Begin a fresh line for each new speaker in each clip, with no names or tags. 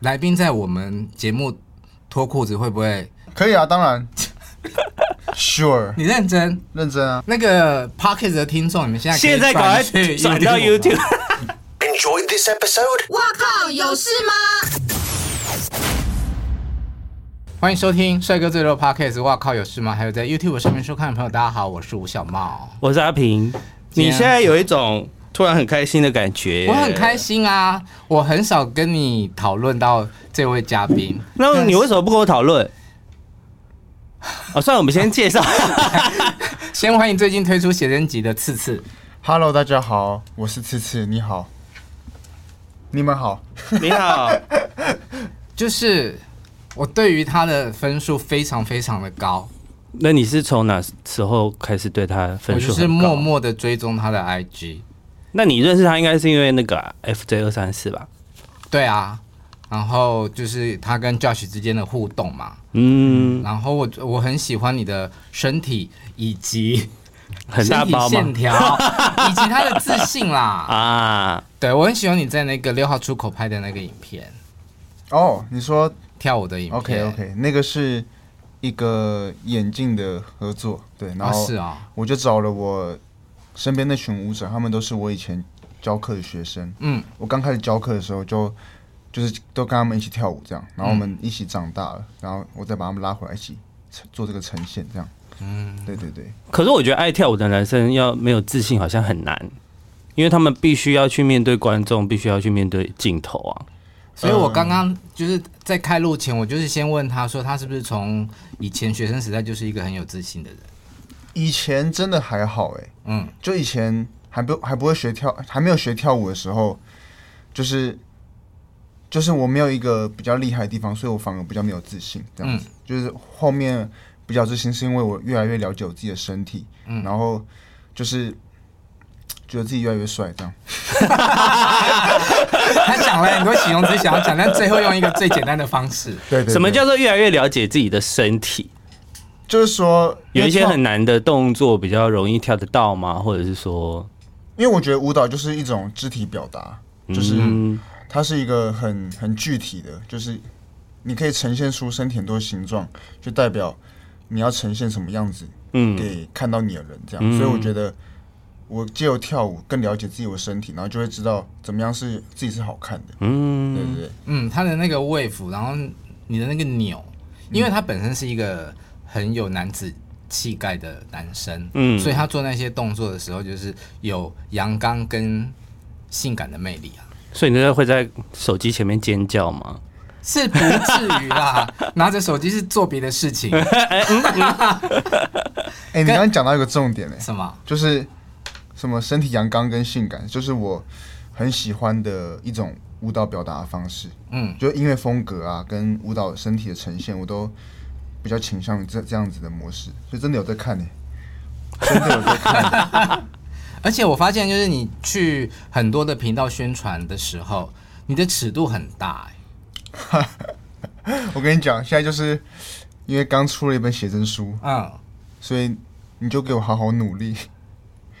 来宾在我们节目脱裤子会不会？
可以啊，当然 ，Sure，
你认真？
认真啊。
那个 p o c k e t 的听众，你们现在可以
现在赶
转
快
去
转到
YouTube 吗
YouTube。
Enjoyed this episode?
哇靠，有事吗？
欢迎收听《帅哥最热 Podcast》。哇靠，有事吗？还有在 YouTube 上面收看的朋友，大家好，我是吴小茂。
我是阿平，
今
你
天
现在有一种突然很开心的感觉，
我很开。心啊！我很少跟你讨论到这位嘉 宾，
那你为什么不跟我讨 论？哦，算了，我们先介绍。
先欢迎最近推出写真集的次次。
Hello，大家好，我是次次，你好，你们好。
你好，
就是我对于他的分数非常非常的高，
那你是从哪时候开始对他分
我
数
就
很高？
是默默的追踪他的 IG。
那你认识他应该是因为那个啊 FJ 二三四吧？
对啊，然后就是他跟 Josh 之间的互动嘛。
嗯，
然后我我很喜欢你的身体以及
很大
身体
包
线
吗？
条， 以及他的自信啦。
啊，
对我很喜欢你在那个六号出口拍的那个影片，
哦、你说
跳舞的影片。
OK OK，那个是一个眼镜的合作，对，然
啊
后
是
嗯
啊，
我就找了我身边那群舞者，他们都是我以前教课的学生。
嗯，
我刚开始教课的时候就就是都跟他们一起跳舞这样，
嗯
然后我们一起长大了，然后我再把他们拉回来一起做这个呈现这样。嗯，对对对，
可是我觉得爱跳舞的男生要没有自信好像很难，因为他们必须要去面对观众，必须要去面对镜头啊。
所以
嗯
我刚刚就是在开录前，我就是先问他说，他是不是从以前学生时代就是一个很有自信的人？
以前真的还好哎、
嗯，
就以前还不还不会学跳，还没有学跳舞的时候，就是就是我没有一个比较厉害的地方，所以我反而比较没有自信，这
嗯
样子。就是后面比较自信，是因为我越来越了解我自己的身体，然后就是觉得自己越来越帅，这样。
他讲了很多形容词想要讲，但最后用一个最简单的方式。
对对
什么叫做越来越了解自己的身体？
就是说
有一些很难的动作比较容易跳得到吗？或者是说，
因为我觉得舞蹈就是一种肢体表达，就是
嗯，
它是一个很很具体的，就是你可以呈现出身体很多形状，就代表你要呈现什么样子
嗯
给看到你的人这样。
嗯
所以我觉得我借由跳舞更了解自己的身体，然后就会知道怎么样是自己是好看的。对
嗯，
对对，
嗯，他的那个 wave，然后你的那个扭，因为他本身是一个很有男子气概的男生，
嗯
所以他做那些动作的时候，就是有阳刚跟性感的魅力啊，
所以你就会在手机前面尖叫吗？
是不至于啦，拿着手机是做别的事情，
哎、你刚刚讲到一个重点哎、
什么？
就是什么身体阳刚跟性感，就是我很喜欢的一种舞蹈表达的方式。
嗯，
就音乐风格啊，跟舞蹈身体的呈现，我都比较倾向于这这样子的模式，所以真的有在看呢、欸真的有在看。
而且我发现就是你去很多的频道宣传的时候，你的尺度很大、欸，
我跟你讲，现在就是因为刚出了一本写真书，
嗯，
所以你就给我好好努力。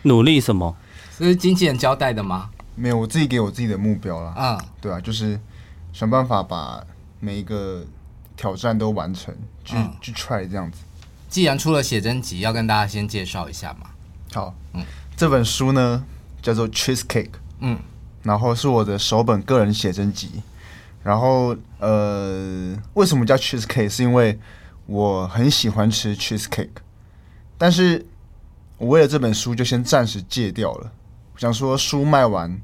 努力什么？
这是经纪人交代的吗？
没有，我自己给我自己的目标啦，
嗯，
对啊，就是想办法把每一个挑战都完成，去、
嗯
去 try 这样子。
既然出了写真集，要跟大家先介绍一下嘛。
好，这本书呢叫做《Cheesecake》，
嗯，
然后是我的首本个人写真集。然后呃，为什么叫 Cheesecake？是因为我很喜欢吃 cheesecake，但是我为了这本书就先暂时戒掉了。我想说书卖完，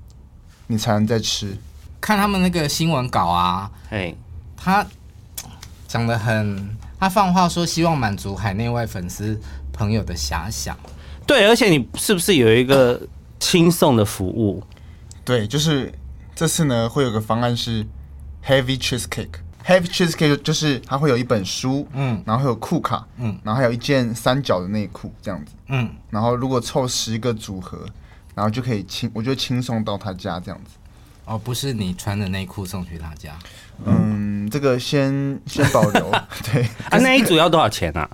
你才能再吃。
看他们那个新闻稿啊，
哎，
他讲的很，他放话说希望满足海内外粉丝朋友的遐想。
对，而且你是不是有一个轻送的服务？
对，就是这次呢会有个方案是 Heavy Cheesecake。Heavy Cheesecake 就是它会有一本书，
嗯
然后会有裤卡，
嗯
然后还有一件三角的内裤这样子。
嗯，
然后如果凑十个组合，然后就可以轻，我就轻松到他家这样子。
哦，不是你穿的内裤送去他家，
嗯，这个先先保留， 对，
啊，那一组要多少 钱啊？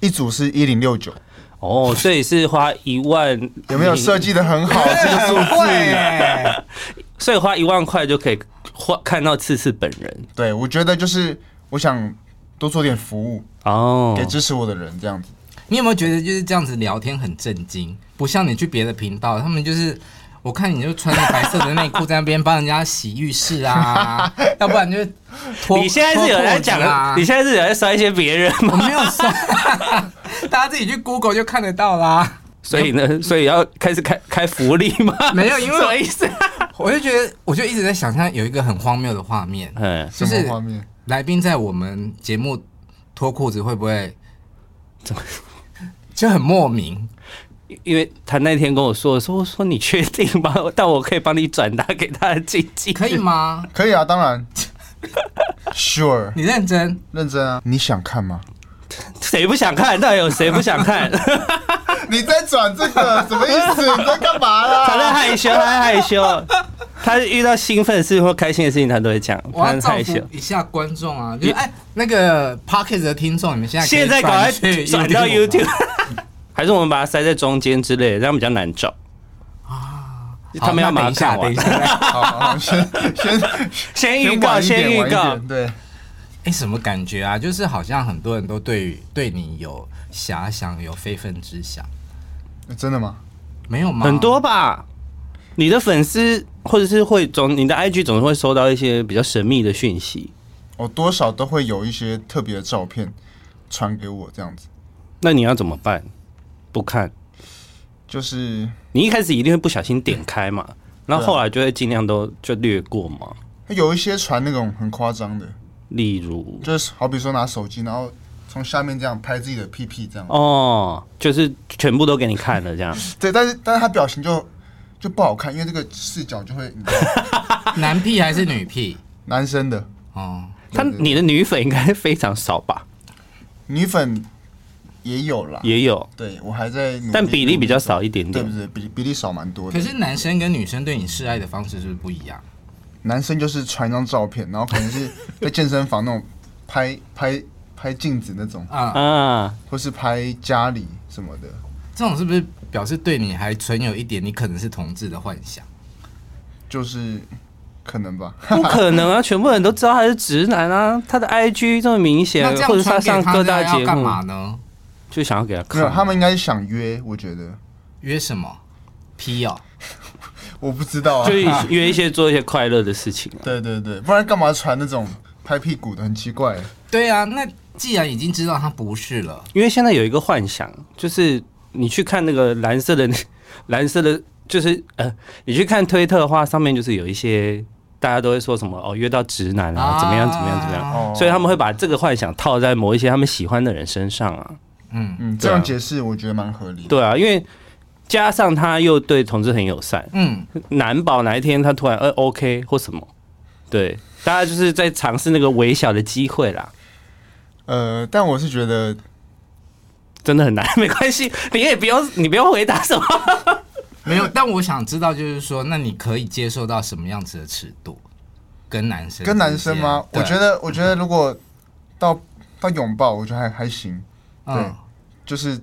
一组是一零六九，
哦，所以是花一万，
有没有设计的很好？这个数
很会、欸，
所以花一万块就可以换看到次次本人
对，我觉得就是我想多做点服务
哦
给支持我的人，这样子。
你有没有觉得就是这样子聊天很震惊？不像你去别的频道，他们就是我看你就穿着白色的内裤在那边帮人家洗浴室 啊，要不然就是脱。
你现在是有在讲
脱裤子啊？
你现在是有在摔一些别人吗？
我没有说， 大家自己去 Google 就看得到啦。
所以呢，所以要开始开开福利吗？
没有因为
什么 意思？
我就觉得，我就一直在想象有一个很荒谬的画面，
嗯，
就
什
是
么画面？
来宾在我们节目脱裤子会不会
怎么
就很莫名？
因为他那天跟我说，说我说你确定吗？ 但我可以帮你转达给他的经纪，
可以？吗？
可以啊，当 然，sure，
你认真？
认真啊。你想看吗？
谁不想看？到 底有谁不想看？
你在转这 个什么意思？你在干嘛啊
他在
啦？
害羞，他在害羞。他遇到兴奋的事情或开心的事情，他都会讲，
我
他
要
很
造
害
福
羞。
一下观众啊！就是哎，那个 p o c k e t 的听众，你们现在可以
现在赶快
去
转到
YouTube
YouTube，还 是我们把它塞在中间之类的，这样比较难找。
啊好
他们要
那
马
等一
上
下，
看
等
完
一。下。
好好好，先先
先预告，
晚一
先
点
预
晚一
告
点，对，
哎，什么感觉啊？就是好像很多人都对于对你有遐想，有非分之想，
真的吗？
没有吗？
很多吧。你的粉丝或者是会总你的 IG 总是会收到一些比较神秘的讯息，
我哦多少都会有一些特别的照片传给我，这样子，
那你要怎么办？不看，
就是
你一开始一定会不小心点开嘛，然后后来就会尽量都就略过嘛。
有一些传那种很夸张的，
例如，
就是好比说拿手机，然后从下面这样拍自己的屁屁这样。
哦，就是全部都给你看了 这样。
对，但是但是他表情就就不好看，因为这个视角就会你知道
男屁还是女屁？
男生的
哦，
他你的女粉应该非常少吧？
女粉也有啦，
也有，
对我还在努力，
但比例比较少一点
对不
点。
对？比比例少蛮多的。
可是男生跟女生对你示爱的方式是不是不一样？
男生就是传一张照片，然后可能是在健身房那种拍拍拍镜子那种，
啊、
啊，
或是拍家里什么的。
这种是不是表示对你还存有一点你可能是同志的幻想？
就是可能吧。
不可能啊！全部人都知道他是直男啊，他的 IG 这么明显
那这，
啊或者
样
是他
传给
上各大
他要
节
干
目，
嘛呢？
就想要给他
没有，
看。
他们应该是想约，我觉得，
约什么？批哦，
我不知道啊
就。约一些做一些快乐的事情啊。
对对对，不然干嘛传那种拍屁股的？很奇怪。欸
对啊，那既然已经知道他不是了，
因为现在有一个幻想，就是你去看那个蓝色的 蓝色的，就是呃，你去看推特的话，上面就是有一些大家都会说什么哦，约到直男啊，
啊
怎么样怎么样怎么样，
哦
所以他们会把这个幻想套在某一些他们喜欢的人身上啊。
嗯
嗯，这样解释我觉得蛮合理的。
对啊，因为加上他又对同志很友善，
嗯，
难保哪一天他突然呃 OK 或什么，对，大家就是在尝试那个微小的机会啦。
呃，但我是觉得，
真的很难， 没关系，你也不要，你不要回答什么。
没有。但我想知道，就是说，那你可以接受到什么样子的尺度？跟男生之间？
跟男生吗？
对
我
啊
觉，得，我觉得如果到到拥抱，我觉得还还行，对
嗯，
就是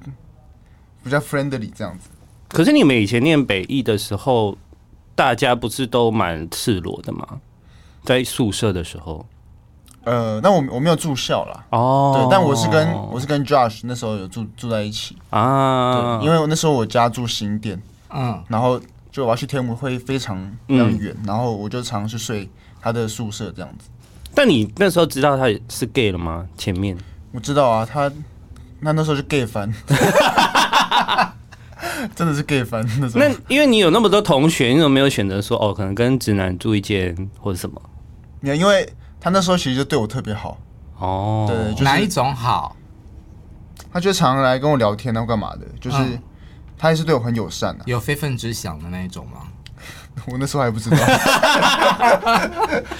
比较 friendly 这样子。
可是你们以前念北艺的时候，大家不是都蛮赤裸的吗？在宿舍的时候，
呃，那我我没有住校啦，
哦
对，但我是跟我是跟 Josh 那时候有住住在一起，
啊，
对，因为我那时候我家住新店，
嗯，
然后就我要去天母会非常非常远，然后我就常去睡他的宿舍这样子。
但你那时候知道他是 gay 了吗？前面
我知道啊，他那那时候就 gay 翻，真的是 gay 翻那种。
那因为你有那么多同学，你怎么没有选择说哦，可能跟直男住一间或者什么？
你看，因为他那时候其实就对我特别好，
哦，
对，就是
哪一种好？
他就常来跟我聊天啊，然后干嘛的，就是、
嗯
他也是对我很友善啊。
有非分之想的那一种吗？
我那时候还不 知道，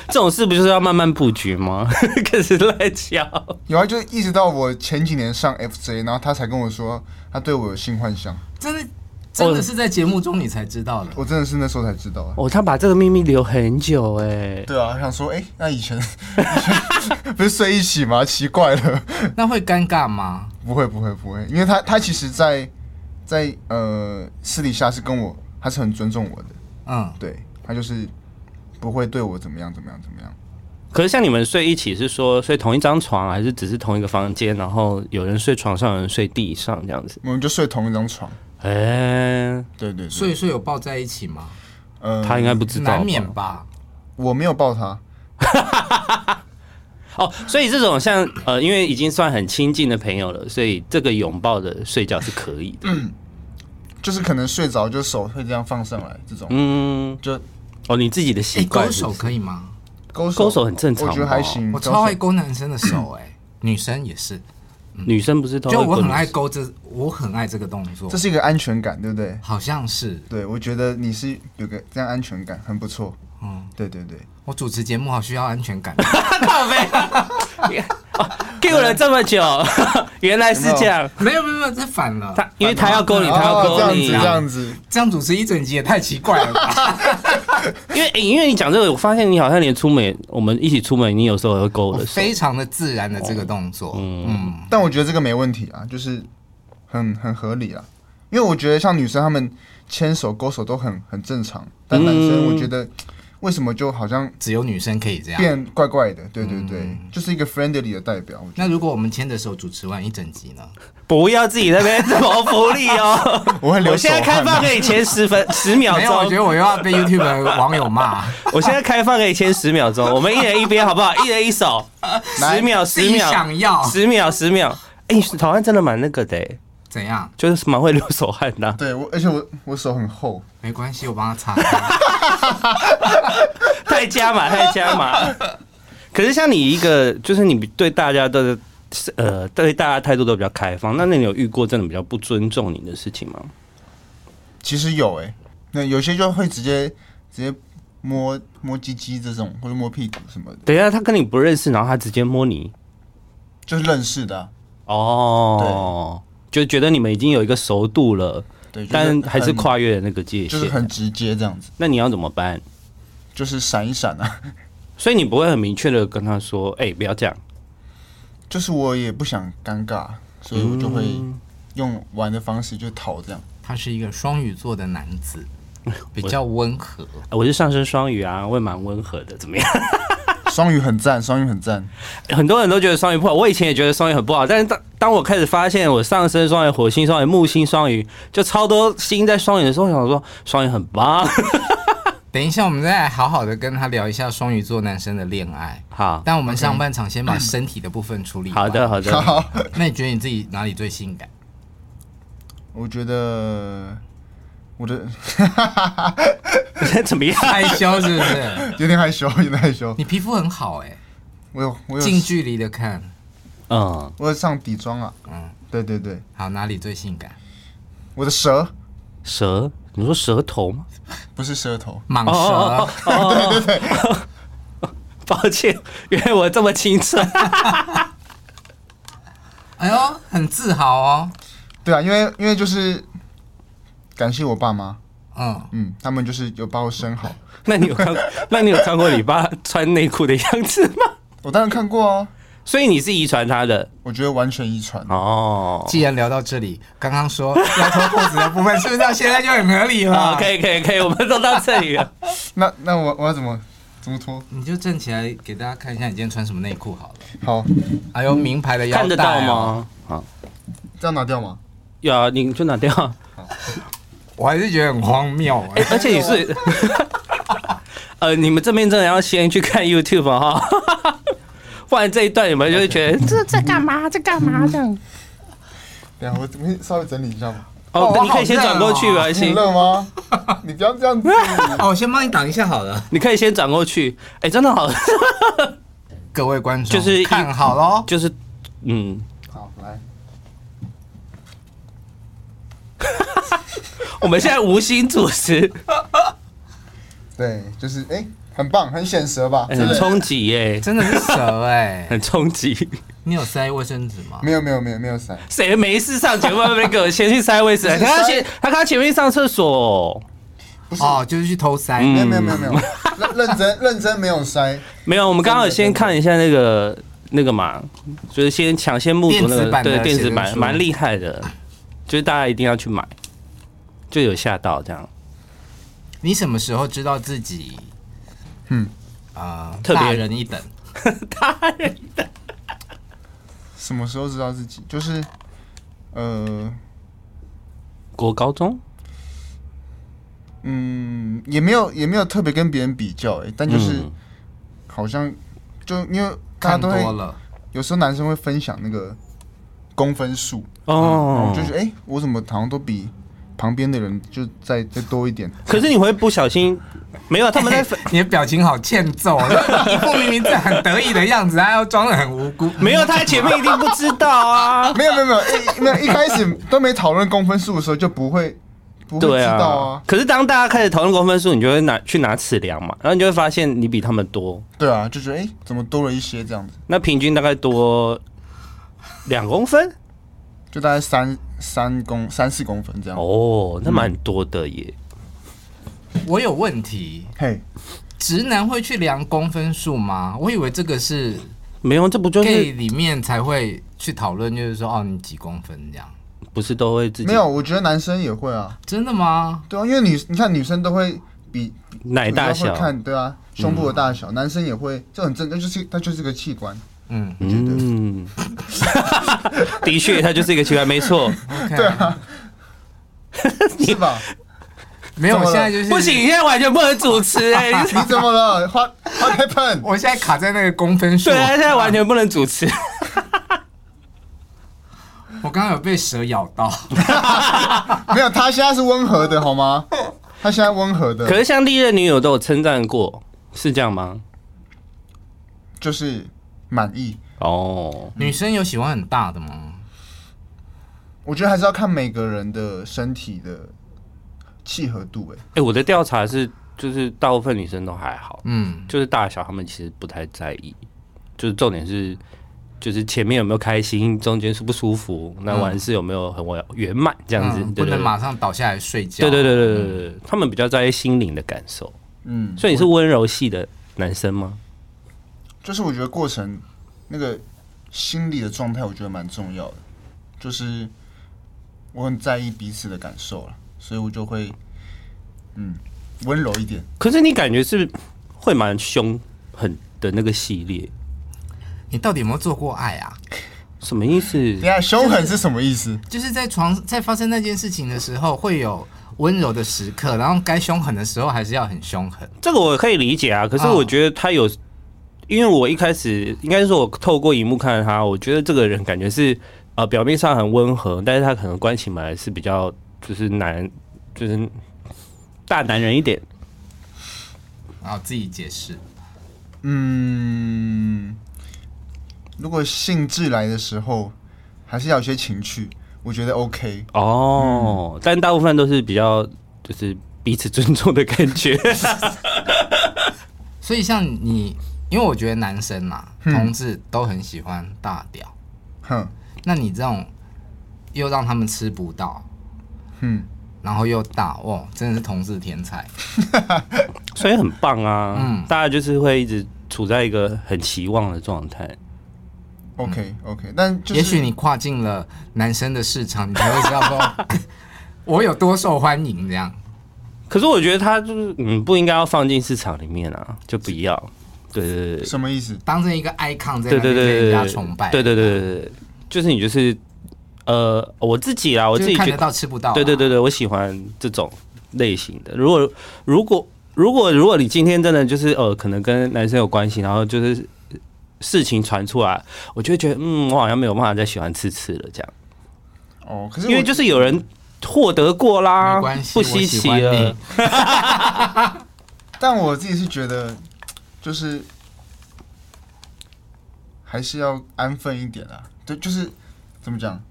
这种事不就是要慢慢布局吗？ 开始乱叫，
有啊，就一直到我前几年上 FJ，然后他才跟我说他对我有性幻想，
真的，真的是在节目中你才知道的。
我真的是那时候才知道啊。
哦，他把这个秘密留很久哎、
对啊，想说，哎、那以前以前不 是睡一起吗？奇怪了，
那会尴尬吗？
不会不会不会，因为他他其实在在呃私底下是跟我，他是很尊重我的，
嗯，
对他就是不会对我怎么样怎么样怎么样。
可是像你们睡一起是说睡同一张床，还是只是同一个房间？然后有人睡床上，有人睡地上这样子？
我们就睡同一张床，
哎、
对对对。
睡一睡有抱在一起吗？
呃，
他应该不知道吧，
难免吧。
我没有抱他，
哦，所以这种像呃，因为已经算很亲近的朋友了，所以这个拥抱的睡觉是可以的。
就是可能睡着就手会这样放上来，这种、
嗯，
就
哦，你自己的嗯
哎，
习惯
勾
是不
手
是
可以吗？
勾手
勾手很正常
我觉得还行。
我
勾手
超爱勾男生的手，
嗯
哎，女生也是。
女生不是都
就
会
我很
滚
爱勾这，我很爱这个动作
这，是一个安全感，对不对？
好像是
对，我觉得你是有个这样安全感，很不错。
嗯，
对对对，
我主持节目好需要安全 感。
靠背，哦，Q 了这么久， 原来是这样。
没有没有没有，这反了。
他因为他要勾你，他要
哦，这
勾
样
你
子，
啊
这样子，
这样主持一整集也太奇怪了吧？
因为、诶因为你讲这个，我发现你好像连出门，我们一起出门，你有时候也会 勾我
我
的手。
非常的自然的这个动作，嗯，
但我觉得这个没问题啊，就是很很合理啊。因为我觉得像女生她们牵手、勾手都很很正常，但男生我觉
嗯
得为什么就好像
只有女生可以这样。
变怪怪
嗯
的？对对对，就是一个 friendly 的代表。我觉
那如果我们牵着手主持完一整集呢？
不要自己在那边谋福利哦。
我 会流
我现在
手汗
开
啊
放给你前 十分十秒
没有，我觉
钟，
得我又要 被 YouTube 的网友骂。
我现在开放给你前十秒钟，我们一人一边好不好？一人 一手，
来
十秒，
自
十
己
秒，
想啊要
十秒，十秒。哎、台湾真的蛮那个的、诶
怎样？
就是蛮会流手汗 的啊、
对我，而且我我手很厚，
没关系，我帮他擦。
太加码，太加码。可是像你一个，就是你对大家的，呃，对大家态度都比较开放，那那你有遇过真的比较不尊重你的事情吗？
其实有哎、那有些就会直接直接摸摸鸡鸡这种，或者摸屁股什么的，
等一下，他跟你不认识，然后他直接摸你，
就是认识的啊、
哦，就觉得你们已经有一个熟度了，
对，就是
但
很
还是跨越了那个界
就是
限。
很直接这样子，
那你要怎么办？
就是闪一闪啊。
所以你不会很明确的跟他说，哎、不要这样。
就是我也不想尴尬，所以我就会用玩的方式就逃这样。
他是一个双鱼座的男 子，比较温和。
啊我是上升双鱼啊，我也蛮温和的，怎么样？
双鱼很赞，双鱼很赞，
很多人都觉得双鱼不好，我以前也觉得双鱼很不好，但是当当我开始发现我上升双鱼、火星双鱼、木星双鱼，就超多星在双鱼的时候，我想说双鱼很棒。
等一下，我们再来好好的跟他聊一下双鱼座男生的恋爱。
好，
但我们上半场先把身体的部分处理。
好的，。好的。
好，
那你觉得你自己哪里最性感？
我觉得我的
怎么样？
害羞是不是？
有点害羞， 有点害羞。
你皮肤很好 哎、
我有我有
近距离的看，
嗯，
我有上底妆啊，
嗯，
对对对，
好，哪里最性感？
我的舌
蛇，你说舌头吗？
不是舌头，
蟒蛇，
哦哦哦哦，对对抱歉，原来我这么清澈。
哎呦，很自豪哦。
对啊，因为因为就是感谢我爸妈，
嗯，
嗯，他们就是有把我生好，
那你有看？那你有看过你爸穿内裤的样子吗？
我当然看过啊，
所以你是遗传他的
我觉得完全遗传。
哦。
既然聊到这里，刚刚说要脱裤子的部分，是不是到现在就很合理了
好，啊可以可以可以，我们都到这里了。
那那我我要怎么怎么脱？
你就站起来给大家看一下你今天穿什么内裤好了。
好，
哎呦，名牌的腰带、
嗯看得到？吗？好，
这样拿掉吗？
有啊，你就拿掉。
我还是觉得很荒谬 哎、
而且你是， 呃，你们这边真的要先去看 YouTube 哈、 不然这一段你们就会觉得这
这干嘛？这干嘛？这样。
等一下我怎么稍微整理一下嘛。
哦
哇，
你可以先转过去吧，
你
行，
热吗？ 你不要这样子。
哦，我先帮你挡一下好了。
你可以先转过去。哎、真的好，
各位观众，
就是一
看好喽。
就是，嗯，
好，来，
我们现在无心主持，
对，就是哎、很棒，很显舌吧？
哎很冲击耶，
真的是蛇哎、
很冲击。
你有塞卫生纸吗？
没有没有没有没有塞，
谁没事上节目会不会给我先去塞位置？
不是
他刚
塞
前他刚前面上厕所，
不是，
哦，就是去偷塞。
嗯
哎没有没有没有没有，认认真认真没有塞，
没有，我们刚好先看一下那个那个嘛，就是先抢先目
电
睹那
子
个
版的
对电子
写真
版
书
蛮厉害的，就是大家一定要去买，就有吓到这样。
你什么时候知道自己
嗯，
啊，
特别
大人一等，
什么时候知道自己？就是，呃，
国高中
嗯，也没有也没有特别跟别人比较、欸，但就是
嗯
好像就因为大家
看
都
多
会，
了，
有时候男生会分享那个公分数，
哦，
就是哎、欸我怎么好像都比旁边的人就再再多一点，
可是你会不小心没有他们在 分
你的表情好欠揍， 一副明明在很得意的样子，还要装的很无辜。
没有他在前面一定不知 道啊。
没有没有没有一没有一开始都没讨论公分数的时候就不会不会
对
知道
啊
啊，，
可是当大家开始讨论公分数，你就会拿去拿尺量嘛，然后你就会发现你比他们多，
对啊，就觉得哎、欸怎么多了一些这样子，
那平均大概多两公分
就大概三三公三四公分这样，
哦，那蛮多的耶。
我有问题，
嘿，
直男会去量公分数吗？我以为这个是
没有，这不就是
gay 里面才会去讨论，就是说哦，你几公分这样？
不是都会自己
没有，我觉得男生也会啊，
真的吗？
对啊，因为女你看女生都会比
奶大
主要
小嗯
会？看对啊，胸部的大小，男生也会，这很正，那就是它就是个器 官。
嗯
嗯，的确，它就是一个奇怪，没 错。
，OK，
对啊，是 吧？
没有，我
怎么了
现在就是
不行，你现在完全不能主 持哎、你
你怎么了？花花开喷，
我现在卡在那个公分数
对，啊，现在完全不能 主持。
我刚刚有被蛇咬到。
没有，他现在是温和的好吗？他现在温和的，
可是像历任女友都有称赞过，是这样吗？
就是满意。
哦，
女生有喜欢很大的吗？
我觉得还是要看每个人的身体的契合度、欸。哎，
哎、我的调查是，就是大部分女生都还好，
嗯，
就是大小她们其实不太在意，就是重点是。就是前面有没有开心，中间舒不舒服，那完事有没有很完圆满
这
这样子，对
嗯不
对
能
对
马上倒下来睡觉。
对对对对对对，嗯他们比较在意心灵的感受。
嗯，
所以你是温柔系的男生吗？
就是我觉得过程那个心理的状态，我觉得蛮重要的。就是我很在意彼此的感受了，所以我就会嗯温柔一点。
可是你感觉是会蛮凶狠的那个系列，
你到底有没有做过爱啊？
什么意思？
等一下凶狠是什么意思？
就是在床在发生那件事情的时候，会有温柔的时刻，然后该凶狠的时候还是要很凶狠。
这个我可以理解啊，可是我觉得他有，因为我一开始应该是说我透过荧幕看到他，我觉得这个人感觉是呃表面上很温和，但是他可能关起门来是比较就是男就是大男人一点。
然后自己解释。
嗯，如果兴致来的时候，还是要有些情趣，我觉得 OK。
哦，但大部分都是比较就是彼此尊重的感觉。
所以像你，因为我觉得男生嘛，
嗯
同志都很喜欢大屌，
哼
那你这种又让他们吃不到，
哼，
然后又大，哇，真的是同志天才。
所以很棒啊，
嗯
大家就是会一直处在一个很期望的状态。
OK OK，但就是
也许你跨进了男生的市场，你才会知道 说我有多受欢迎这样。
可是我觉得他就是嗯，不应该要放进市场里面啊，就不要。对对对
什么意思？
当成一个 icon 在
对
那
对对
边被
对
人家
对，
崇拜，
对对对对对，就是你就是呃，我自己啦，我
就
自
是
己
看
觉
得
得，
到吃不到啊。
对对对对，我喜欢这种类型的。如果如果如果如果你今天真的就是呃，可能跟男生有关系，然后就是事情传出来，我就会觉得嗯，我好像没有办法再喜欢次次了这样。
哦，可是
因为
我
就是有人获得过啦
没关，系
不稀奇啊
我喜欢
了
你。
但我自己是觉得，就是还是要安分一点啊。对，就是怎么讲，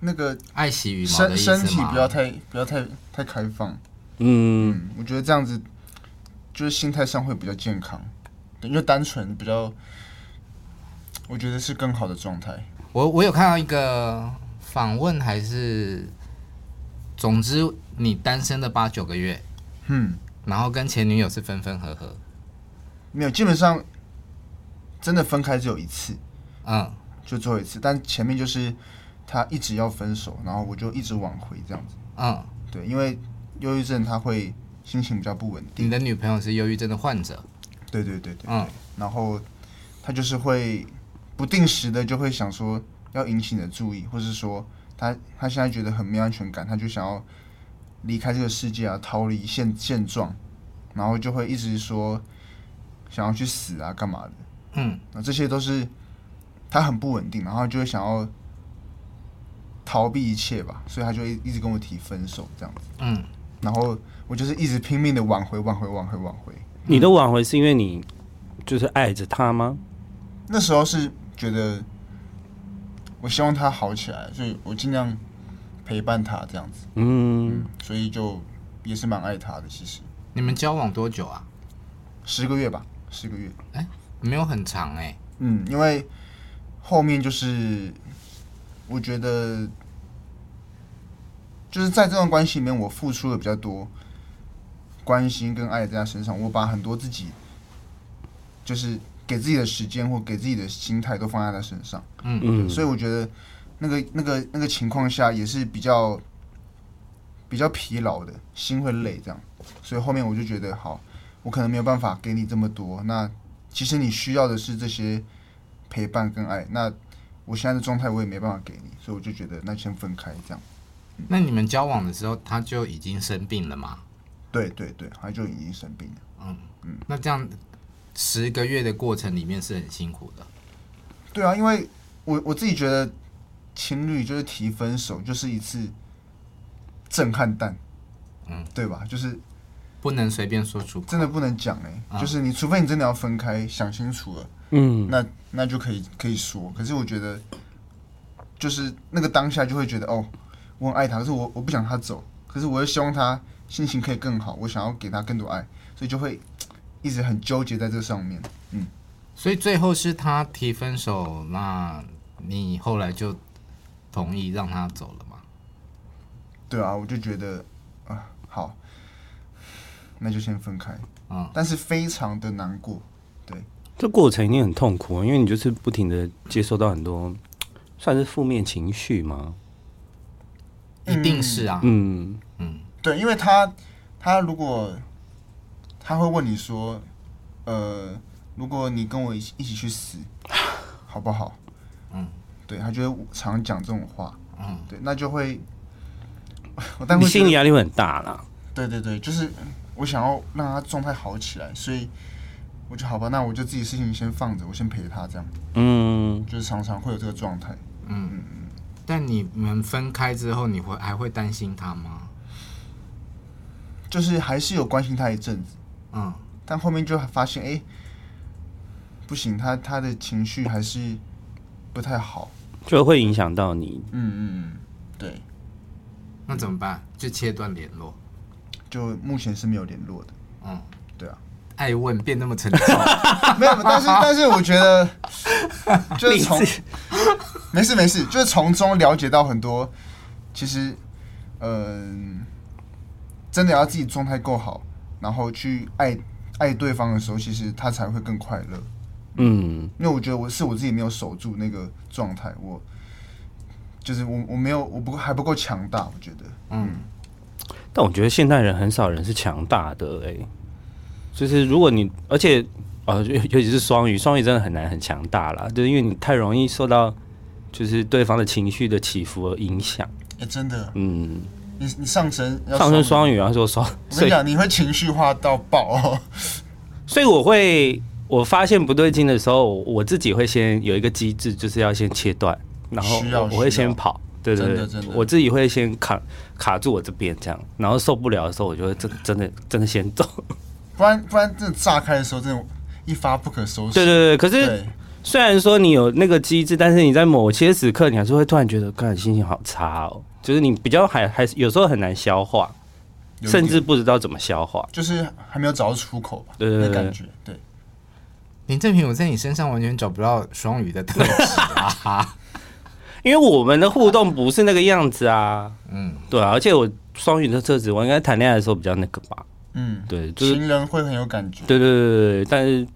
那个
爱惜羽毛的意
身身
思
体
吗
不？要太不要太太开放。
嗯，
嗯，我觉得这样子就是心态上会比较健康，对，因为单纯比较，我觉得是更好的状态。
我我有看到一个访问，还是总之你单身的八九个月，
嗯，
然后跟前女友是分分合合，
没有，基本上真的分开只有一次，
嗯，
就最后一次，但前面就是他一直要分手，然后我就一直挽回这样子。
嗯，
对，因为忧郁症他会心情比较不稳定。
你的女朋友是忧郁症的患者，
对对对对，
嗯
对然后他就是会不定时的就会想说要引起你的注意，或是说他他现在觉得很没安全感，他就想要离开这个世界啊，逃离现现状，然后就会一直说想要去死啊，干嘛的？
嗯，
那这些都是他很不稳定，然后就会想要逃避一切吧，所以他就一一直跟我提分手这样子，
嗯，
然后我就是一直拼命的挽回，挽回，挽回，挽回。
你的挽回是因为你就是爱着他吗？
那时候是觉得，我希望他好起来，所以我尽量陪伴他这样子，
嗯，
所以就也是蛮爱他的。其实
你们交往多久啊？
十个月吧，十个月，
没有很长哎、
嗯，因为后面就是我觉得，就是在这段关系里面，我付出的比较多，关心跟爱在他身上，我把很多自己就是给自己的时间或给自己的心态都放在他身上。
嗯，
所以我觉得那个那个那个情况下也是比较比较疲劳的，心会累这样。所以后面我就觉得，好，我可能没有办法给你这么多。那其实你需要的是这些陪伴跟爱。那我现在的状态我也没办法给你，所以我就觉得那先分开这样。
那你们交往的时候他就已经生病了吗？
对对对，他就已经生病了。
那这样十个月的过程里面是很辛苦的。
对啊，因为我我自己觉得情侣就是提分手就是一次震撼弹，
嗯，
对吧？就是
不能随便说出口。
真的不能讲哎、
啊
就是你除非你真的要分开，想清楚了，
嗯，
那那就可以可以说。可是我觉得，就是那个当下就会觉得哦，我很爱他，可是我我不想他走，可是我又希望他心情可以更好，我想要给他更多爱，所以就会嘖一直很纠结在这上面。
所以最后是他提分手，那你后来就同意让他走了吗？
对啊，我就觉得啊，好，那就先分开。
嗯
但是非常的难过，
这过程一定很痛苦，因为你就是不停的接收到很多算是负面情绪嘛。
一定是啊，
嗯，
对，因为他他如果他会问你说，呃，如果你跟我一起一起去死，好不好？
嗯，
对他就会常讲这种话，
嗯，
对，那 就会我但
你
会
心
觉
理
得
压力会很大啦。
对对对，就是我想要让他状态好起来，所以我就好吧，那我就自己事情先放着，我先陪他这样，
嗯，
就是常常会有这个状态。
但你们分开之后，你会还会担心他吗？
就是还是有关心他一阵子，
嗯，
但后面就发现，哎、不行，他他的情绪还是不太好。
就会影响到你。
嗯嗯嗯，对，
那怎么办？就切断联络。
就目前是没有联络的。
嗯，
对啊，
爱问变那么沉 重，
没有，但是但是我觉 得，就是从 没事没事，就是从中了解到很多，其实，嗯、真的要自己状态够好，然后去爱爱对方的时候，其实他才会更快乐。
嗯，
因为我觉得我是我自己没有守住那个状态，我就是我我没有我不还不够强大，我觉得
但我觉得现代人很少人是强大的哎、就是如果你，而且呃，尤尤其是双鱼，双鱼真的很难很强大啦，就是因为你太容易受到就是对方的情绪的起伏而影响。
哎、真的，
嗯，
你你上升要
上升
双
双鱼，啊然后说双，
鱼，我
所
跟你
以
讲，你会情绪化到爆、哦。
所以我会我发现不对劲的时候，我自己会先有一个机制，就是要先切断，然后
需要
我我会
需要
先跑。对对
真
对
的真的，
我自己会先卡卡住我这边这样，然后受不了的时候，我就会真真的真的先走。
不然不然，真的炸开的时候，真的一发不可收拾。
对对对，可
对
是虽然说你有那个机制，但是你在某些时刻，你还是会突然觉得，看心情好差哦，就是你比较还还是有时候很难消化，
有一点
甚至不知道怎么消化。
就是还没有找到出口吧，
对对对
那感觉对。
林正平，我在你身上完全找不到双鱼的特质啊。
因为我们的互动不是那个样子啊，
嗯，
对啊，而且我双鱼的特质，我应该谈恋爱的时候比较那个吧，
嗯，
对，就是
情人会很有感觉。
对对对对对，但是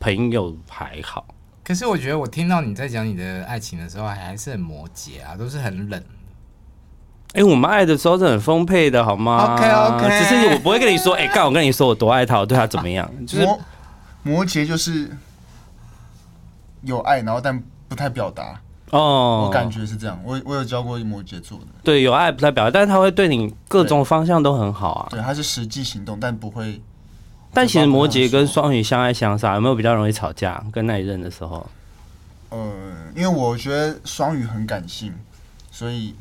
朋友还好，
可是我觉得我听到你在讲你的爱情的时候，还还是很摩羯啊，都是很冷。
哎、我们爱的时候是很丰沛的，好吗
OK，OK
只是我不会跟你说，哎、干，我跟你说我多爱他，我对他怎么样，就是
摩摩羯就是有爱，然后但不太表达，
哦，
我感觉是这样。我我有教过摩羯座的，
对有爱不代表，但是他会对你各种方向都很好啊。
对，他是实际行动，但不会。
但其实摩羯跟双鱼相爱相杀，有没有比较容易吵架？跟那一任的时候，
呃，因为我觉得双鱼很感性，所以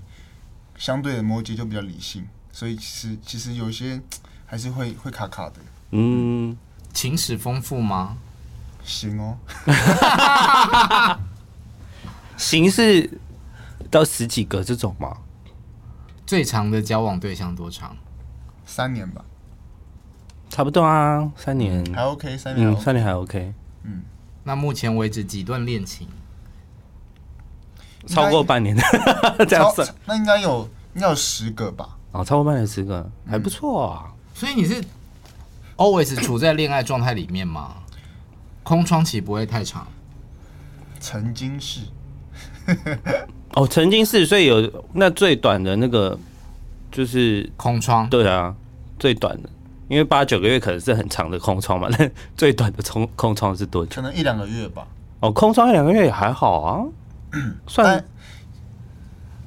相对的摩羯就比较理性，所以其实其实有些还是会会卡卡的。
嗯，
情史丰富吗？
行哦，
形式到十几个这种嘛，
最长的交往对象多长？
三年吧，
差不多啊，三年，
还 OK，三年还
嗯，
OK、
三年还 OK，
那目前为止几段恋情？
超过半年的 这样
超
算
那应该有应该有十个吧？
哦，超过半年十个还不错啊。
所以你是 always 处在恋爱状态里面吗？空窗期不会太长，
曾经是
哦，曾经是，所以有那最短的那个就是
空窗
对啊，最短的，因为八九个月可能是很长的空窗嘛，但 最短的空空窗是多久？
可能一两个月吧，
哦，空窗一两个月也还好啊，算
但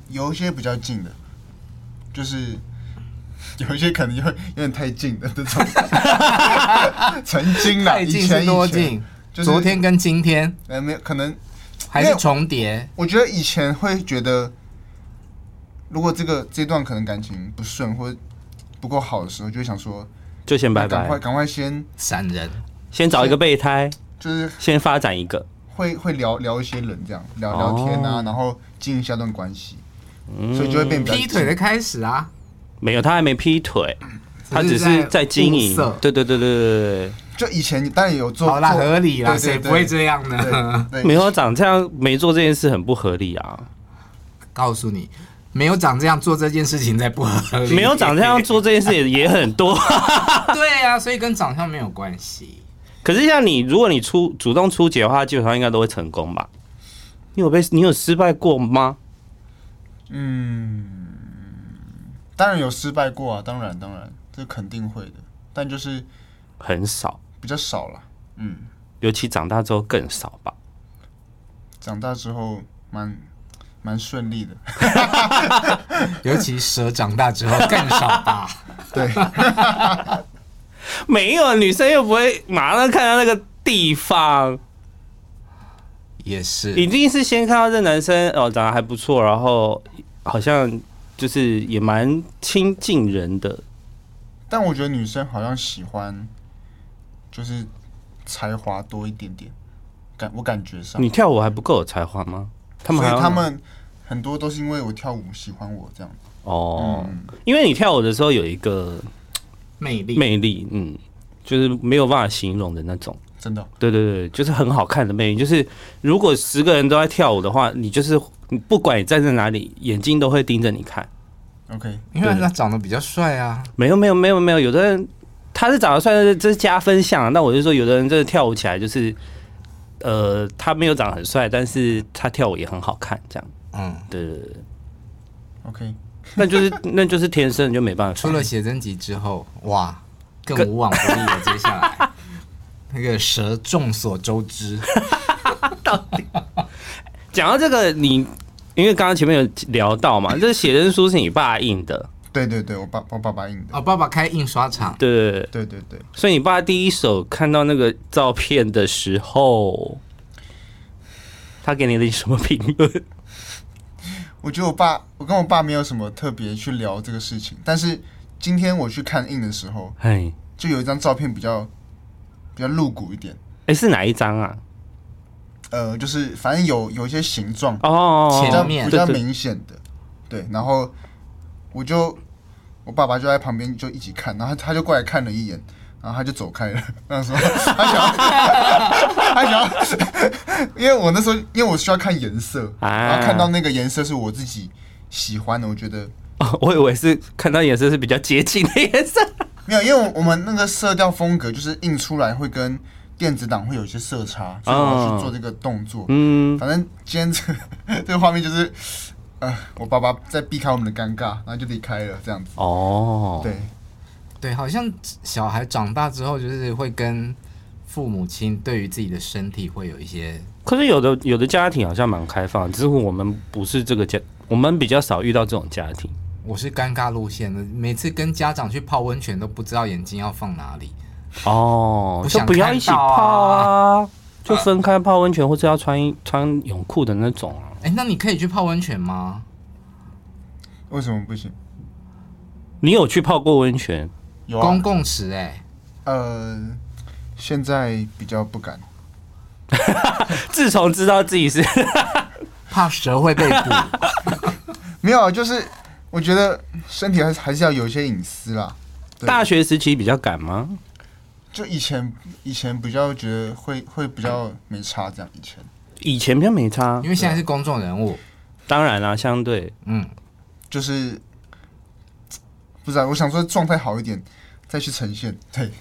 有一些比较近的，就是 有一些可能有有点太近的这种。 曾经啦，
太
以
近
前
是多
啊以前，
近？
就是
昨天跟今天
呃，没有可能
还是重叠？
我觉得以前会觉得，如果这个这段可能感情不顺或不够好的时候，就会想说，
就先拜
赶快
拜，
赶快先，
闪人，
先找一个备胎，
就是
先发展一个。
会会聊聊一些人这样聊聊天啊，
哦嗯
然后经营一下段关系，所以就会变比较
劈腿的
近
开始啊！
没有，他还没劈腿，他只
在
是在经营
物色。
对对对对对对
就以前当然有做，
好啦，
做
合理啦，
对对
谁
对
不会这样呢？
对
对， 没有长这样没做这件事很不合理啊！
告诉你，没有长这样做这件事情才不合理。
没有长这样，做这件事也 也很多。
对啊，所以跟长相没有关系。
可是像你，如果你出主动出击的话，基本上应该都会成功吧？你有被你有失败过吗？
嗯，当然有失败过啊，当然当然，这肯定会的，但就是
很少，
比较少了。嗯，
尤其长大之后更少吧。
长大之后蛮蛮顺利的，
尤其蛇长大之后更少吧。
对。
没有女生又不会马上看到那个地方，
也
一
是，
定是先看到这男生哦，长得还不错，然后好像就是也蛮亲近人的，
但我觉得女生好像喜欢，就是才华多一点点，感我感觉上，
你跳舞还不够有才华吗？他们
所
还
以
要
他们很多都是因为我跳舞喜欢我这样。
哦，
嗯
因为你跳舞的时候有一个
魅力。
魅力，嗯，就是没有办法形容的那种。
真的哦，
对对对，就是很好看的魅力。就是如果十个人都在跳舞的话，你就是你不管你站在哪里，眼睛都会盯着你看。
OK，
因为他长得比较帅啊，
没有没有没有没有，有的人他是长得帅，这是加分项。那我就说，有的人真的跳舞起来就是，呃，他没有长得很帅，但是他跳舞也很好看，这样。
嗯，
对对对，
OK，
那就是那就是天生就没办法
出。了写真集之后，哇，更无往不利了。接下来， 那个蛇众所周知，
讲到这个，你因为刚刚前面有聊到嘛，这写真书是你爸印的，
对对对，我爸我爸爸印
啊
的，
哦，爸爸开印刷厂，
对对对，
对对对，
所以你爸第一手看到那个照片的时候，他给你的什么评论？
我觉得我爸，我跟我爸没有什么特别去聊这个事情，但是今天我去看印的时候，
哎
就有一张照片比较比较露骨一点，
哎，是哪一张啊？
呃，就是反正有有一些形状，
哦，
比较
前面
比较
对对
明显的，对。然后我就我爸爸就在旁边就一起看，然后他就过来看了一眼，然后他就走开了。 那时候他想 要，他想 要，因为我那时候因为我需要看颜色，
啊
然后看到那个颜色是我自己喜欢的，我觉得
哦， 我以为是看到颜色是比较接近的颜色。
没有，因为我们那个色调风格就是印出来会跟。电子档会有一些色差，所以我要去做这个动作。
嗯，
反正今天这 个这个画面就是，呃，我爸爸在避开我们的尴尬，然后就离开了，这样子。
哦，
对，
对，好像小孩长大之后就是会跟父母亲对于自己的身体会有一些
可是有的有的家庭好像蛮开放，只是我们不是这个家，我们比较少遇到这种家庭。
我是尴尬路线的，每次跟家长去泡温泉都不知道眼睛要放哪里。
哦
不，
就
想
不要
看
一起
到
泡
啊
啊，就分开泡温泉，或者要穿一穿泳裤的那种啊。
哎、那你可以去泡温泉吗？
为什么不行？
你有去泡过温泉？
有啊
公共池哎、
呃，现在比较不敢。
自从知道自己是
怕蛇会被捕。
没有啊，就是我觉得身体还是还是要有一些隐私啦。对
大学时期比较敢吗？
就以前以前比较觉得会会比较没差这样，以前
以前比较没差
因，为现在是公众人物，
当然啦、相对
嗯，
就是不知道，我想说状态好一点再去呈现。对，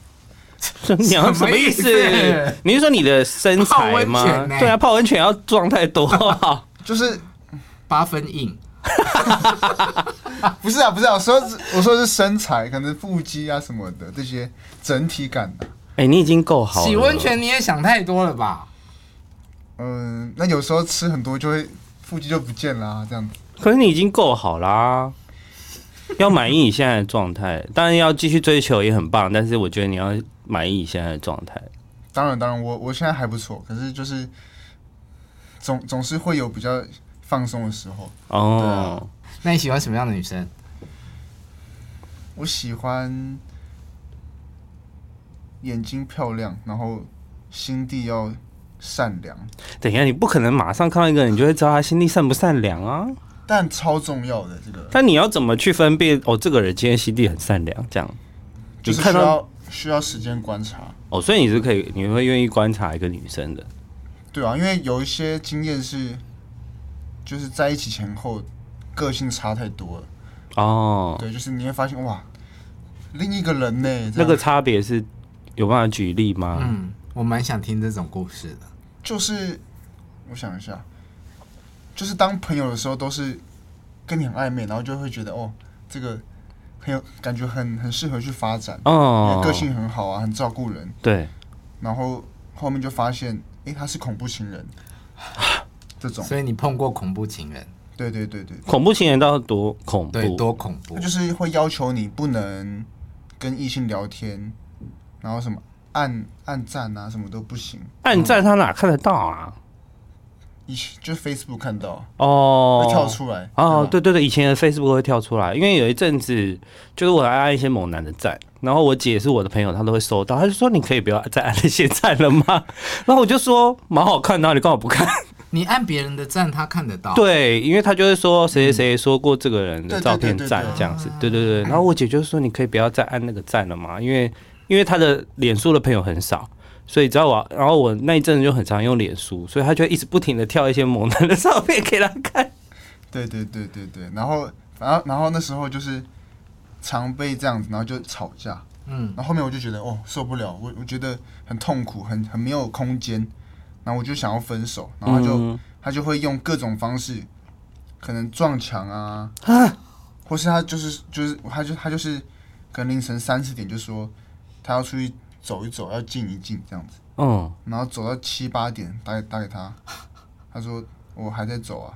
这你要 什
什么
么意
意
思
思？
你是说你的身
泡
材
温
吗？
泉欸
对啊，泡温泉要状态多好。
就是
八分硬，
不是啊，不是啊，我说我说是身材，可能腹肌啊什么的这些整体感的、
哎、你已经够好了。
洗温泉你也想太多了吧？
嗯、那有时候吃很多就会腹肌就不见啦、这样子。
可是你已经够好啦，要满意你现在的状态，当然要继续追求也很棒，但是我觉得你要满意你现在的状态。
当然，当然，我我现在还不错，可是就是总总是会有比较放松的时候。
哦，
那你喜欢什么样的女生？
我喜欢眼睛漂亮，然后心地要善良，
等一下，你不可能马上看到一个人，你就会知道他心地善不善良啊。
但超重要的这个
但你要怎么去分辨？哦，这个人今天心地很善良，这样
就
你
是
看
需
到
要需要时间观察，
哦，所以你是可以，你会愿意观察一个女生的。
对啊，因为有一些经验是就是在一起前后个性差太多了，
哦，
对，就是你会发现哇，另一个人呢、这
那
样
个差别是有办法举例吗？
嗯，我蛮想听这种故事的。
就是我想一下，就是当朋友的时候都是跟你很暧昧，然后就会觉得哦，这个很有感觉很很适合去发展，因
哦
为，个性很好啊，很照顾人。
对，
然后后面就发现，诶，他是恐怖情 人，这种，
所以你碰过恐怖情人，
对对对对，
恐怖情人到底多恐
对，
怖？
多恐怖
他就！是会要求你不能跟异性聊天，然后什么暗暗赞啊，什么都不行。
暗战他哪看得到啊？
以前就是 Facebook 看到
哦
会，跳出嗯来
哦，
对吧
对对对，以前的 Facebook 会跳出来，因为有一阵子就是我还按一些猛男的赞，然后我姐是我的朋友，她都会收到，她就说你可以不要再按那些赞了吗？ 然后我就说蛮好看的啊，你干嘛不看？
你按别人的赞，他看得到。，
对，因为她就会说谁谁谁说过这个人的
对对
照片
对对
赞
嗯对嗯
这样子，对对对。然后我姐就说你可以不要再按那个赞了嘛，因为因为她的脸书的朋友很少。所以只要我，然后我那一阵子就很常用脸书，所以她就一直不停的跳一些猛男的照片给她看。
对对对对对，然后然后然后那时候就是常被这样子，然后就吵架，
嗯
然，后后面我就觉得哦受不了，我我觉得很痛苦，很很没有空间，然后我就想要分手， 然后他就、
嗯
他就会用各种方式，可能撞墙啊，或是他就是就是他就他就是可能凌晨三四点就说他要出去走一走，要静一静这样子，
嗯，
然后走到七八点打给打给他，他说我还在走啊，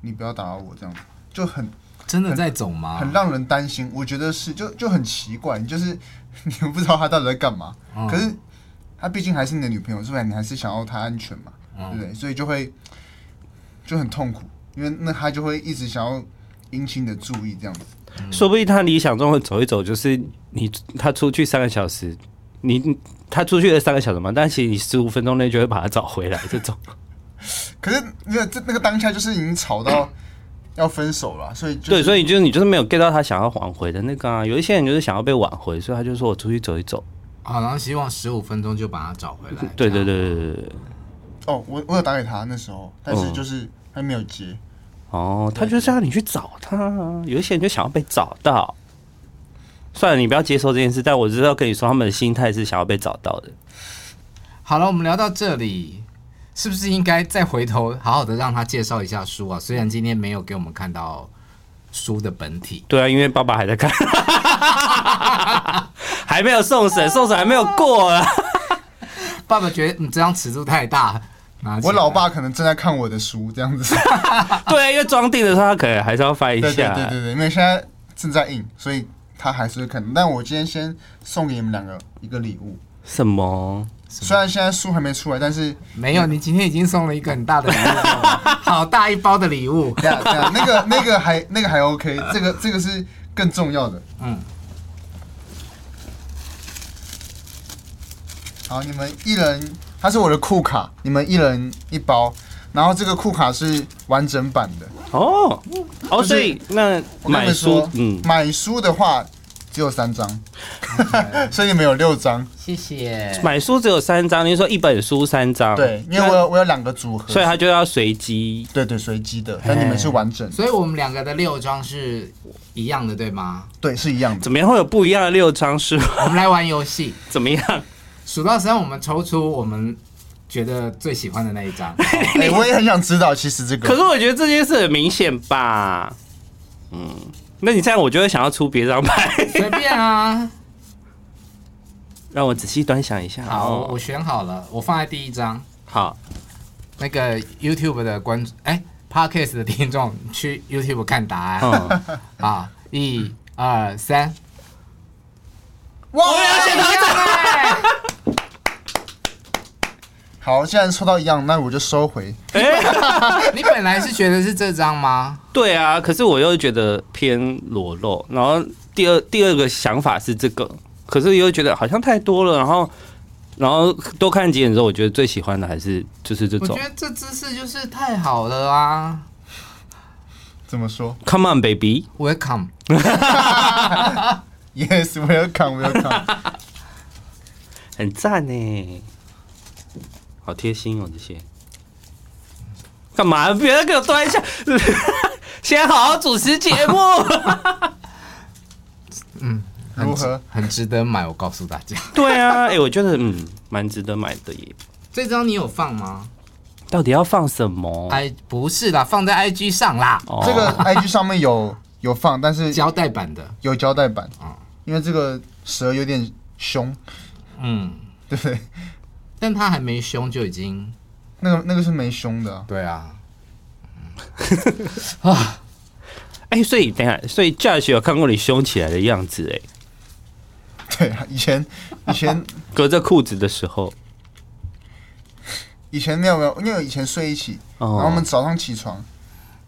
你不要打扰我这样子，就很
真的在走吗？
很让人担心。我觉得是，就就很奇怪，就是 你不知道她到底在干嘛。
嗯
可是她毕竟还是你的女朋友，是不是？你还是想要她安全嘛，对不
嗯
对？所以就会就很痛苦，因为那她就会一直想要引起你的注意，这样子。
说不定他理想中的走一走，就是你他出去三个小时，你他出去了三个小时嘛，但其实你十五分钟内就会把他找回来，这种
可是没有这那个当下，就是已经吵到要分手了，所以、就是、
对，所以就是你就是没有 get 到他想要挽回的那个啊。有一些人就是想要被挽回，所以他就说我出去走一走。
好，然后希望十五分钟就把他找回来。
对
这样，
对对对对对，
哦，我我有打给她那时候，但是
嗯
就是她没有接。
哦，他就是要你去找他啊。有一些人就想要被找到。算了，你不要接受这件事，但我知道跟你说，他们的心态是想要被找到的。
好了，我们聊到这里，是不是应该再回头好好的让他介绍一下书啊？虽然今天没有给我们看到书的本体，
对啊，因为爸爸还在看， 还没有送审，送审还没有过啊。
爸爸觉得你这张尺度太大，拿起
我
来
老爸可能正在看我的书，这样子。
对，啊因为装订的时候他可能还是要翻一
对对
下。
对对对，因为现在正在印，所以他还是会看。但我今天先送给你们两个一个礼物，
什么？
虽然现在书还没出来，但 是
没有，你今天已经送了一个很大的礼物给 我，好大一包的礼物。
这
啊
样这样，那个那个还那个还 OK，这
嗯
个这个是更重要的。
嗯，
好，你们一人，它是我的库卡，你们一人一包。然后这个库卡是完整版的，
哦哦，
就是
所以那
我跟你
买
们
书
说，，
嗯，
买书的话只有三张， 所以你们有六张。
谢谢。
买书只有三张，你说一本书三张，
对，因为
那
我有我有两个组合，
所以他就要随机。
对对随机的，但你们是完整的，
所以我们两个的六张是一样的，对吗？
对，是一样的。
怎么样会有不一样的六张是吗？
我们来玩游戏，
怎 么样？
数到三，我们抽出我们觉得最喜欢的那一张。
哎，我也很想知道，其实这
可
个
是我觉得这件事很明显吧。嗯，那你这样我就会想要出别张牌，
随便 啊。
让我仔细端详一下。
好，
哦
我选好了，我放在第一张。
好，
那个 YouTube 的观众，哎、p o d c a s t 的听众去 YouTube 看答案。
嗯，
好，一二三，
哇，
选到这。
好，既然抽到一样，那我就收回。
你本来是觉得是这张吗？
对啊，可是我又觉得偏裸露，然后第二第二个想法是这个，可是又觉得好像太多了，然后然后多看几眼之后，我觉得最喜欢的还是就是这
我
种
觉得这姿势就是太好了啊
怎么说
Come on baby，
！Welcome，
？Yes，welcome，welcome。
很赞呢，好贴心哦这些。干嘛？别人给我端一下， 先好好主持节目。
如何？
很值得买，我告诉大家。
对啊， 哎、我觉得嗯，蛮值得买的耶。
这张你有放吗？
到底要放什么？
哎，不是啦，放在 IG 上啦，
哦
这个 IG 上面有有放，但是
胶带版的。
有胶带版
哦
嗯，
因为这个蛇有点凶，
嗯，
对不对？
但他还没凶就已经。
那个那个是没凶的啊，
对啊，
哎、所以等一下，所以 Josh 有看过你凶起来的样子哎，
对啊，以前以前
隔着裤子的时候，
以前没有没有，因为以前睡一起，
哦
然后我们早上起床，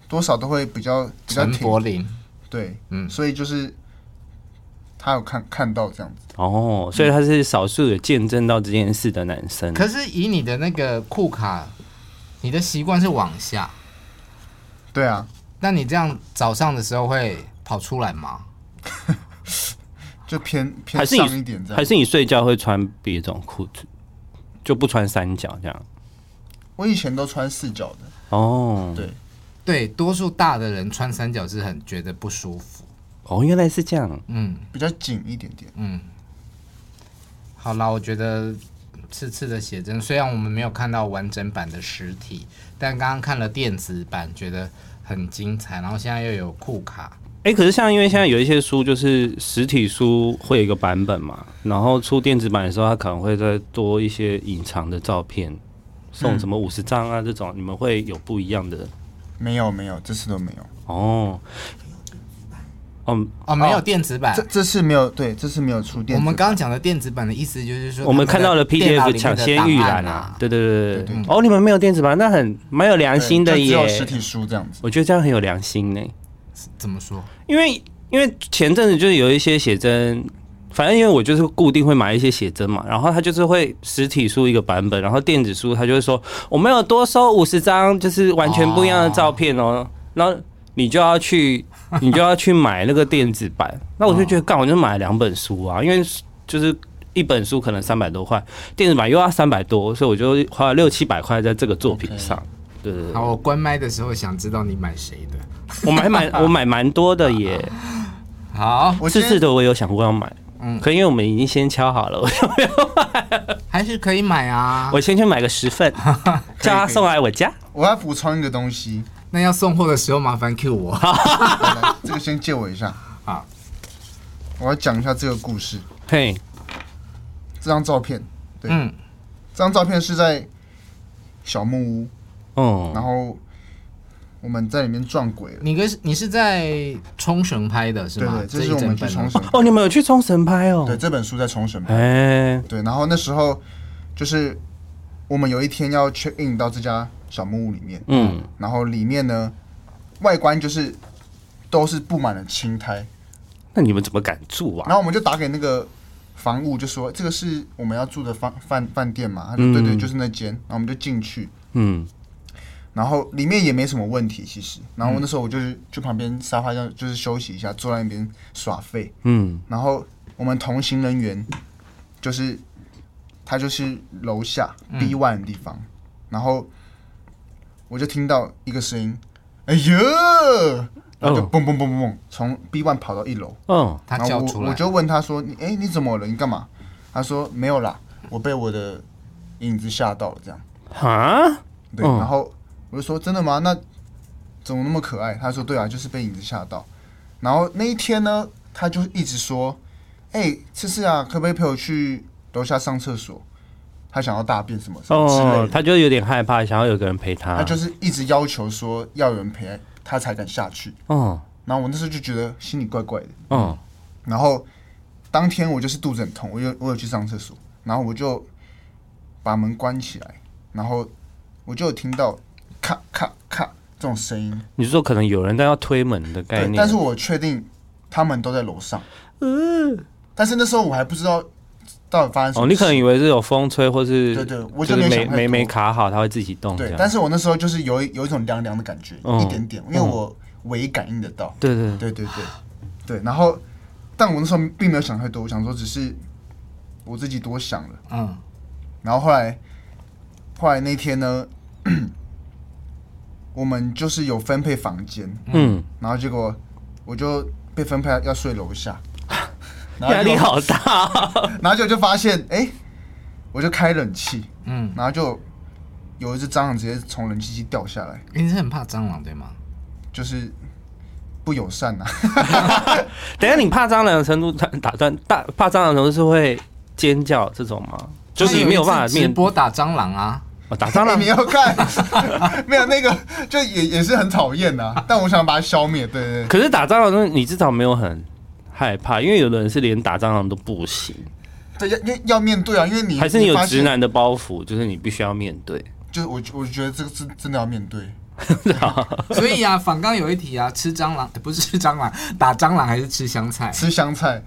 多少都会比较比较
陈
挺，
柏霖。
对，
嗯
所以就是他有看看到这样子，
哦，所以他是少数有见证到这件事的男生。
可是以你的那个库卡，你的习惯是往下，
对啊，
那你这样早上的时候会跑出来吗？
就偏
还
偏
是
上一
你
点这
还
样。
是你睡觉会穿别种裤子，就不穿三角这样。
我以前都穿四角的，
嗯
哦，
对
对，多数大的人穿三角是很觉得不舒服。
哦，原来是这样。
嗯
比较紧一点点。
嗯，好啦，我觉得次次的写真，虽然我们没有看到完整版的实体，但刚刚看了电子版，觉得很精彩。然后现在又有库卡，
哎、可是像因为现在有一些书，就是实体书会有一个版本嘛，然后出电子版的时候，它可能会再多一些隐藏的照片，送什么五十张啊这种，你们会有不一样的
没有没有，这次都没有，
哦。嗯，
哦，没有电子版
这。这次没有，对，这次没有出电
我
子版。
们刚刚讲的电子版的意思就是说，
我们看到了
电脑里
PDF
面
抢
的
先
档
预
案
览
啊
啊，，对对对
对
对对。哦，你们没有电子版，那很蛮有良
对
心的
就只
耶
有。实体书这样子。
我觉得这样很有良心呢，
怎么说？
因为因为前阵子就是有一些写真，反正因为我就是固定会买一些写真嘛，然后他就是会实体书一个版本，然后电子书他就会说我们有多收五十张，就是完全不一样的照片哦，然后你就要去你就要去买那个电子版，那我就觉得干，我就买两本书啊，因为就是。一本书可能三百多块，电子版又要三百多，所以我就花了六七百块在这个作品上。对对对，
好，我关麦的时候想知道你买谁的。
我买蛮我买蛮多的耶。
好，
我
这
今
次
天
的我有想过要买，嗯，可因为我们已经先敲好了，我
啊
就没有
还是可以买啊。
我先去买个十份，叫他送来我家。
我要补充一个东西，
那要送货的时候麻烦 Q 我。
来来 这个先借我一下。
好，
我要讲一下这个故事，
嘿，
这张照片，对，
嗯，
这张照片是在小木屋，
嗯，
然后我们在里面撞鬼了。
你跟你是在冲绳拍的是
对
吗
对，？这
一
是我
整
们去
本
冲
哦
绳。
哦，你们有去冲绳拍哦？
对，这本书在冲绳拍。
哎，
对，然后那时候就是我们有一天要 check in 到这家小木屋里面，
嗯，
然后里面呢外观就是都是布满了青苔，
那你们怎么敢住
然
啊？
后我们就打给那个房务，就说这个是我们要住的饭饭饭店嘛，他说对对，
嗯
就是那间，然后我们就进去，
嗯，
然后里面也没什么问题其实，然后那时候我就是去旁边沙发上就是休息一下，坐在那边耍废，
嗯，
然后我们同行人员就是他就是楼下
嗯
B one 的地方，然后我就听到一个声音，哎呦，然后就
哦
蹦蹦蹦蹦蹦从 B one 跑到一楼，
哦，
他
然后
叫
我
出来，
我就问他说，你哎、你怎么了？你干嘛？他说没有啦，我被我的影子吓到了这样。
哈，
对，
嗯
然后我就说真的吗？那怎么那么可爱？他说对啊，就是被影子吓到。然后那一天呢，他就一直说，哎、次次啊，可不可以陪我去楼下上厕所？他想要大便什么什么之类
哦
的，，
他就有点害怕，想要有个人陪
他
他，
就是一直要求说要有人陪他才敢下去。
哦，
然后我那时候就觉得心里怪怪的。
哦，
嗯然后当天我就是肚子很痛，我有我有去上厕所，然后我就把门关起来，然后我就有听到咔咔咔这种声音，
你是说可能有人在要推门的概
对，
念？
但是我确定他们都在楼上，
嗯，
但是那时候我还不知道到底发生什么
哦，
事。
你可能以为是有风吹，或是
对对我
就
就是没
没
想太
没
多
没卡好，它会自己动这
对
样。，
但
是
是我那时候就是有一有一种凉凉的感觉，
嗯
一点点，因为我唯感应得到。
对对对
对对对对，然后但我那时候并没有想太多，我想说只是我自己多想了。
嗯，
然后后来，后来那天呢， 我们就是有分配房间，
嗯，
然后结果我就被分配要睡楼下，然后
压力
就，
好大。
嗯然后就就发现，哎、我就开冷气，
嗯，
然后就有一只蟑螂直接从冷气机掉下来，
你是很怕蟑螂对吗？
就是不友善啊呐、
等一
嗯
下，你怕蟑螂的程度，打打断大怕蟑螂的程度是会尖叫这种吗？就是你没有办
他一
法
次直
面
播打蟑螂啊，
哦打蟑
哎
螂
你。要看， 没有那个就也也是很讨厌呐，但我想把它消灭，对对对。
可是打蟑螂，那你至少没有很害怕，因为有的人是连打蟑螂都不行，
对，要要要面对啊，因为你
还是你
发
有
现
直男的包袱，就是你必须要面对。
就是我我觉得这个真真的要面对，
所以啊， 反刚有一题啊，吃蟑螂 不是吃蟑螂，打蟑螂还是吃香菜？
吃香菜，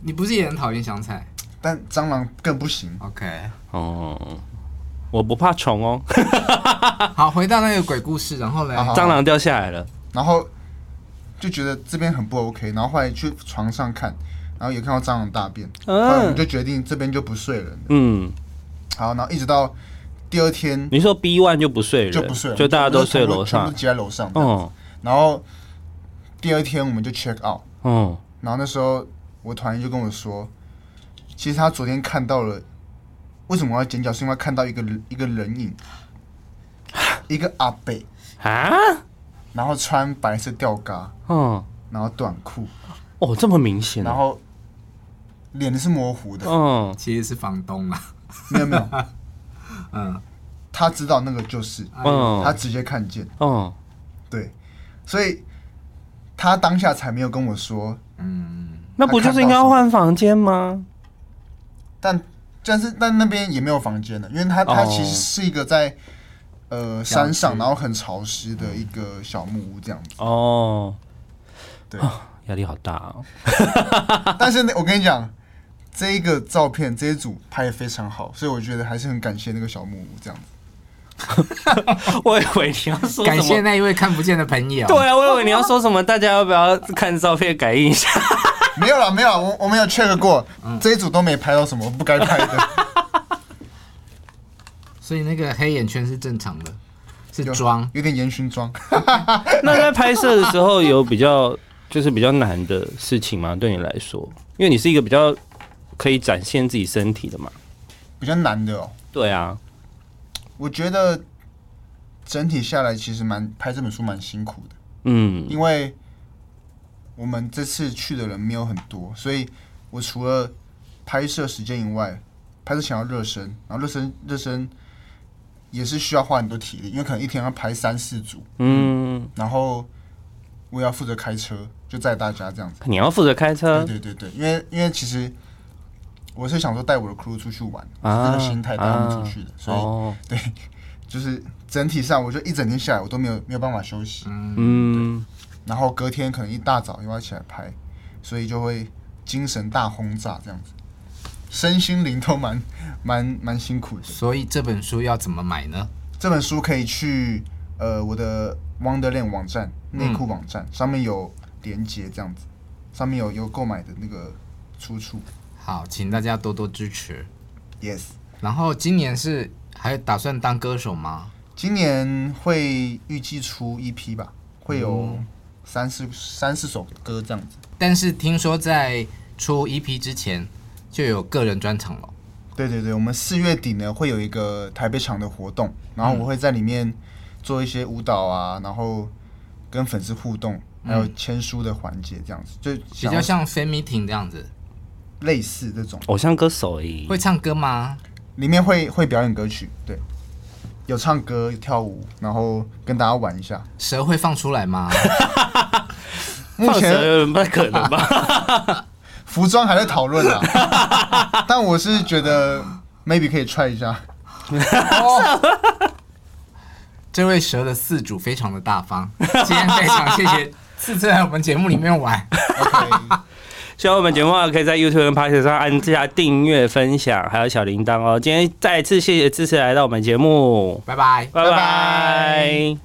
你不是也很讨厌香菜
但蟑螂更不行。
？OK，
哦，我不怕虫哦，
好，回到那个鬼故事，然后嘞，
好
蟑螂掉下来了。
然后就觉得这边很不 OK，然后后来去床上看，然后也看到蟑螂大便，后来我们就决定这边就不睡了。
嗯，
好，然后一直到第二天
你说 B one 就不睡人，
就不睡了，
就大家都睡楼
全部
上
都。挤在楼上。
哦
然后第二天我们就 check out，
哦，
然后那时候我团员就跟我说，其实他昨天看到了，为什么我要尖叫？是因为他看到一个人一个人影，一个阿北。
啊，
然后穿白色吊嘎，
哦
然后短裤，
哦，这么明显啊，
然后脸是模糊的，
嗯
其实是房东啊，
没有没有，
嗯，
他知道那个就是，他
嗯
直接看见，
嗯，
对，所以他当下才没有跟我说，
那不就是应该换房间吗？
但但是但那边也没有房间的，因为他他
哦
其实是一个在呃山
郊
上，
区
然后很潮湿的一个小木屋这样子，
哦，
对，
压力好大哦。
但是呢我跟你讲。这一个照片，这一组拍的非常好，所以我觉得还是很感谢那个小木屋这样子。
我以为你要说
感
什
谢
么。
那一位看不见的朋友，
对啊，我以为你要说什么，大家要不要看照片感应一下？
没有啦，没有啦，我我们有 check 过，这一组都没拍到什么不该拍的，
所以那个黑眼圈是正常的，是
有
装，
有点烟熏妆。
那在拍摄的时候有比较就是比较难的事情吗？对你来说，因为你是一个比较可以展现自己身体的嘛。
比较难的哦。
对啊，
我觉得整体下来其实蛮拍这本书蛮辛苦的，
嗯
因为我们这次去的人没有很多，所以我除了拍摄时间以外，拍摄前要热身，然后热身热身也是需要花很多体力，因为可能一天要拍三四组，
嗯，
然后我也要负责开车，就载大家这样子。
你要负责开车，
对对对对，因为因为其实我是想说带我的 crew 出去玩，
啊
是这个心态带他们出去的，
啊
所以、
哦
对，就是整体上我就一整天下来我都没有没有办法休息，
嗯，
然后隔天可能一大早又要起来拍，所以就会精神大轰炸这样子，身心灵都蛮蛮蛮辛苦的。
所以这本书要怎么买呢？
这本书可以去呃我的 Wonderland 网站内裤网站、上面有连接这样子，上面有有购买的那个出处
好，请大家多多支持。
，yes。
然后今年是还打算当歌手吗？
今年会预计出一批吧，会有三四三四首歌这样子。
但是听说在出 EP 之前就有个人专场了。
对对对，我们四月底呢会有一个台北场的活动，然后我会在里面做一些舞蹈啊，然后跟粉丝互动，还有签书的环节这样子，就
比
比
较像 fan meeting 这样子，
类似这种。
偶像歌手而已
会。唱歌吗？
里面会会表演歌曲，对，有唱歌、有跳舞，然后跟大家玩一下。
蛇会放出来吗？
目
放
前
蛇不可能吧？
服装还在讨论啦， 但我是觉得 maybe 可以 try 一下。
这位蛇的饲主非常的大方，今天非常谢谢次次来我们节目里面玩。
OK，
喜欢我们节目的话，可以在 YouTube 跟 p o d c a s t 上按下订阅、分享，还有小铃铛哦。今天再次谢谢支持来到我们节目，
拜拜。
拜
拜
拜。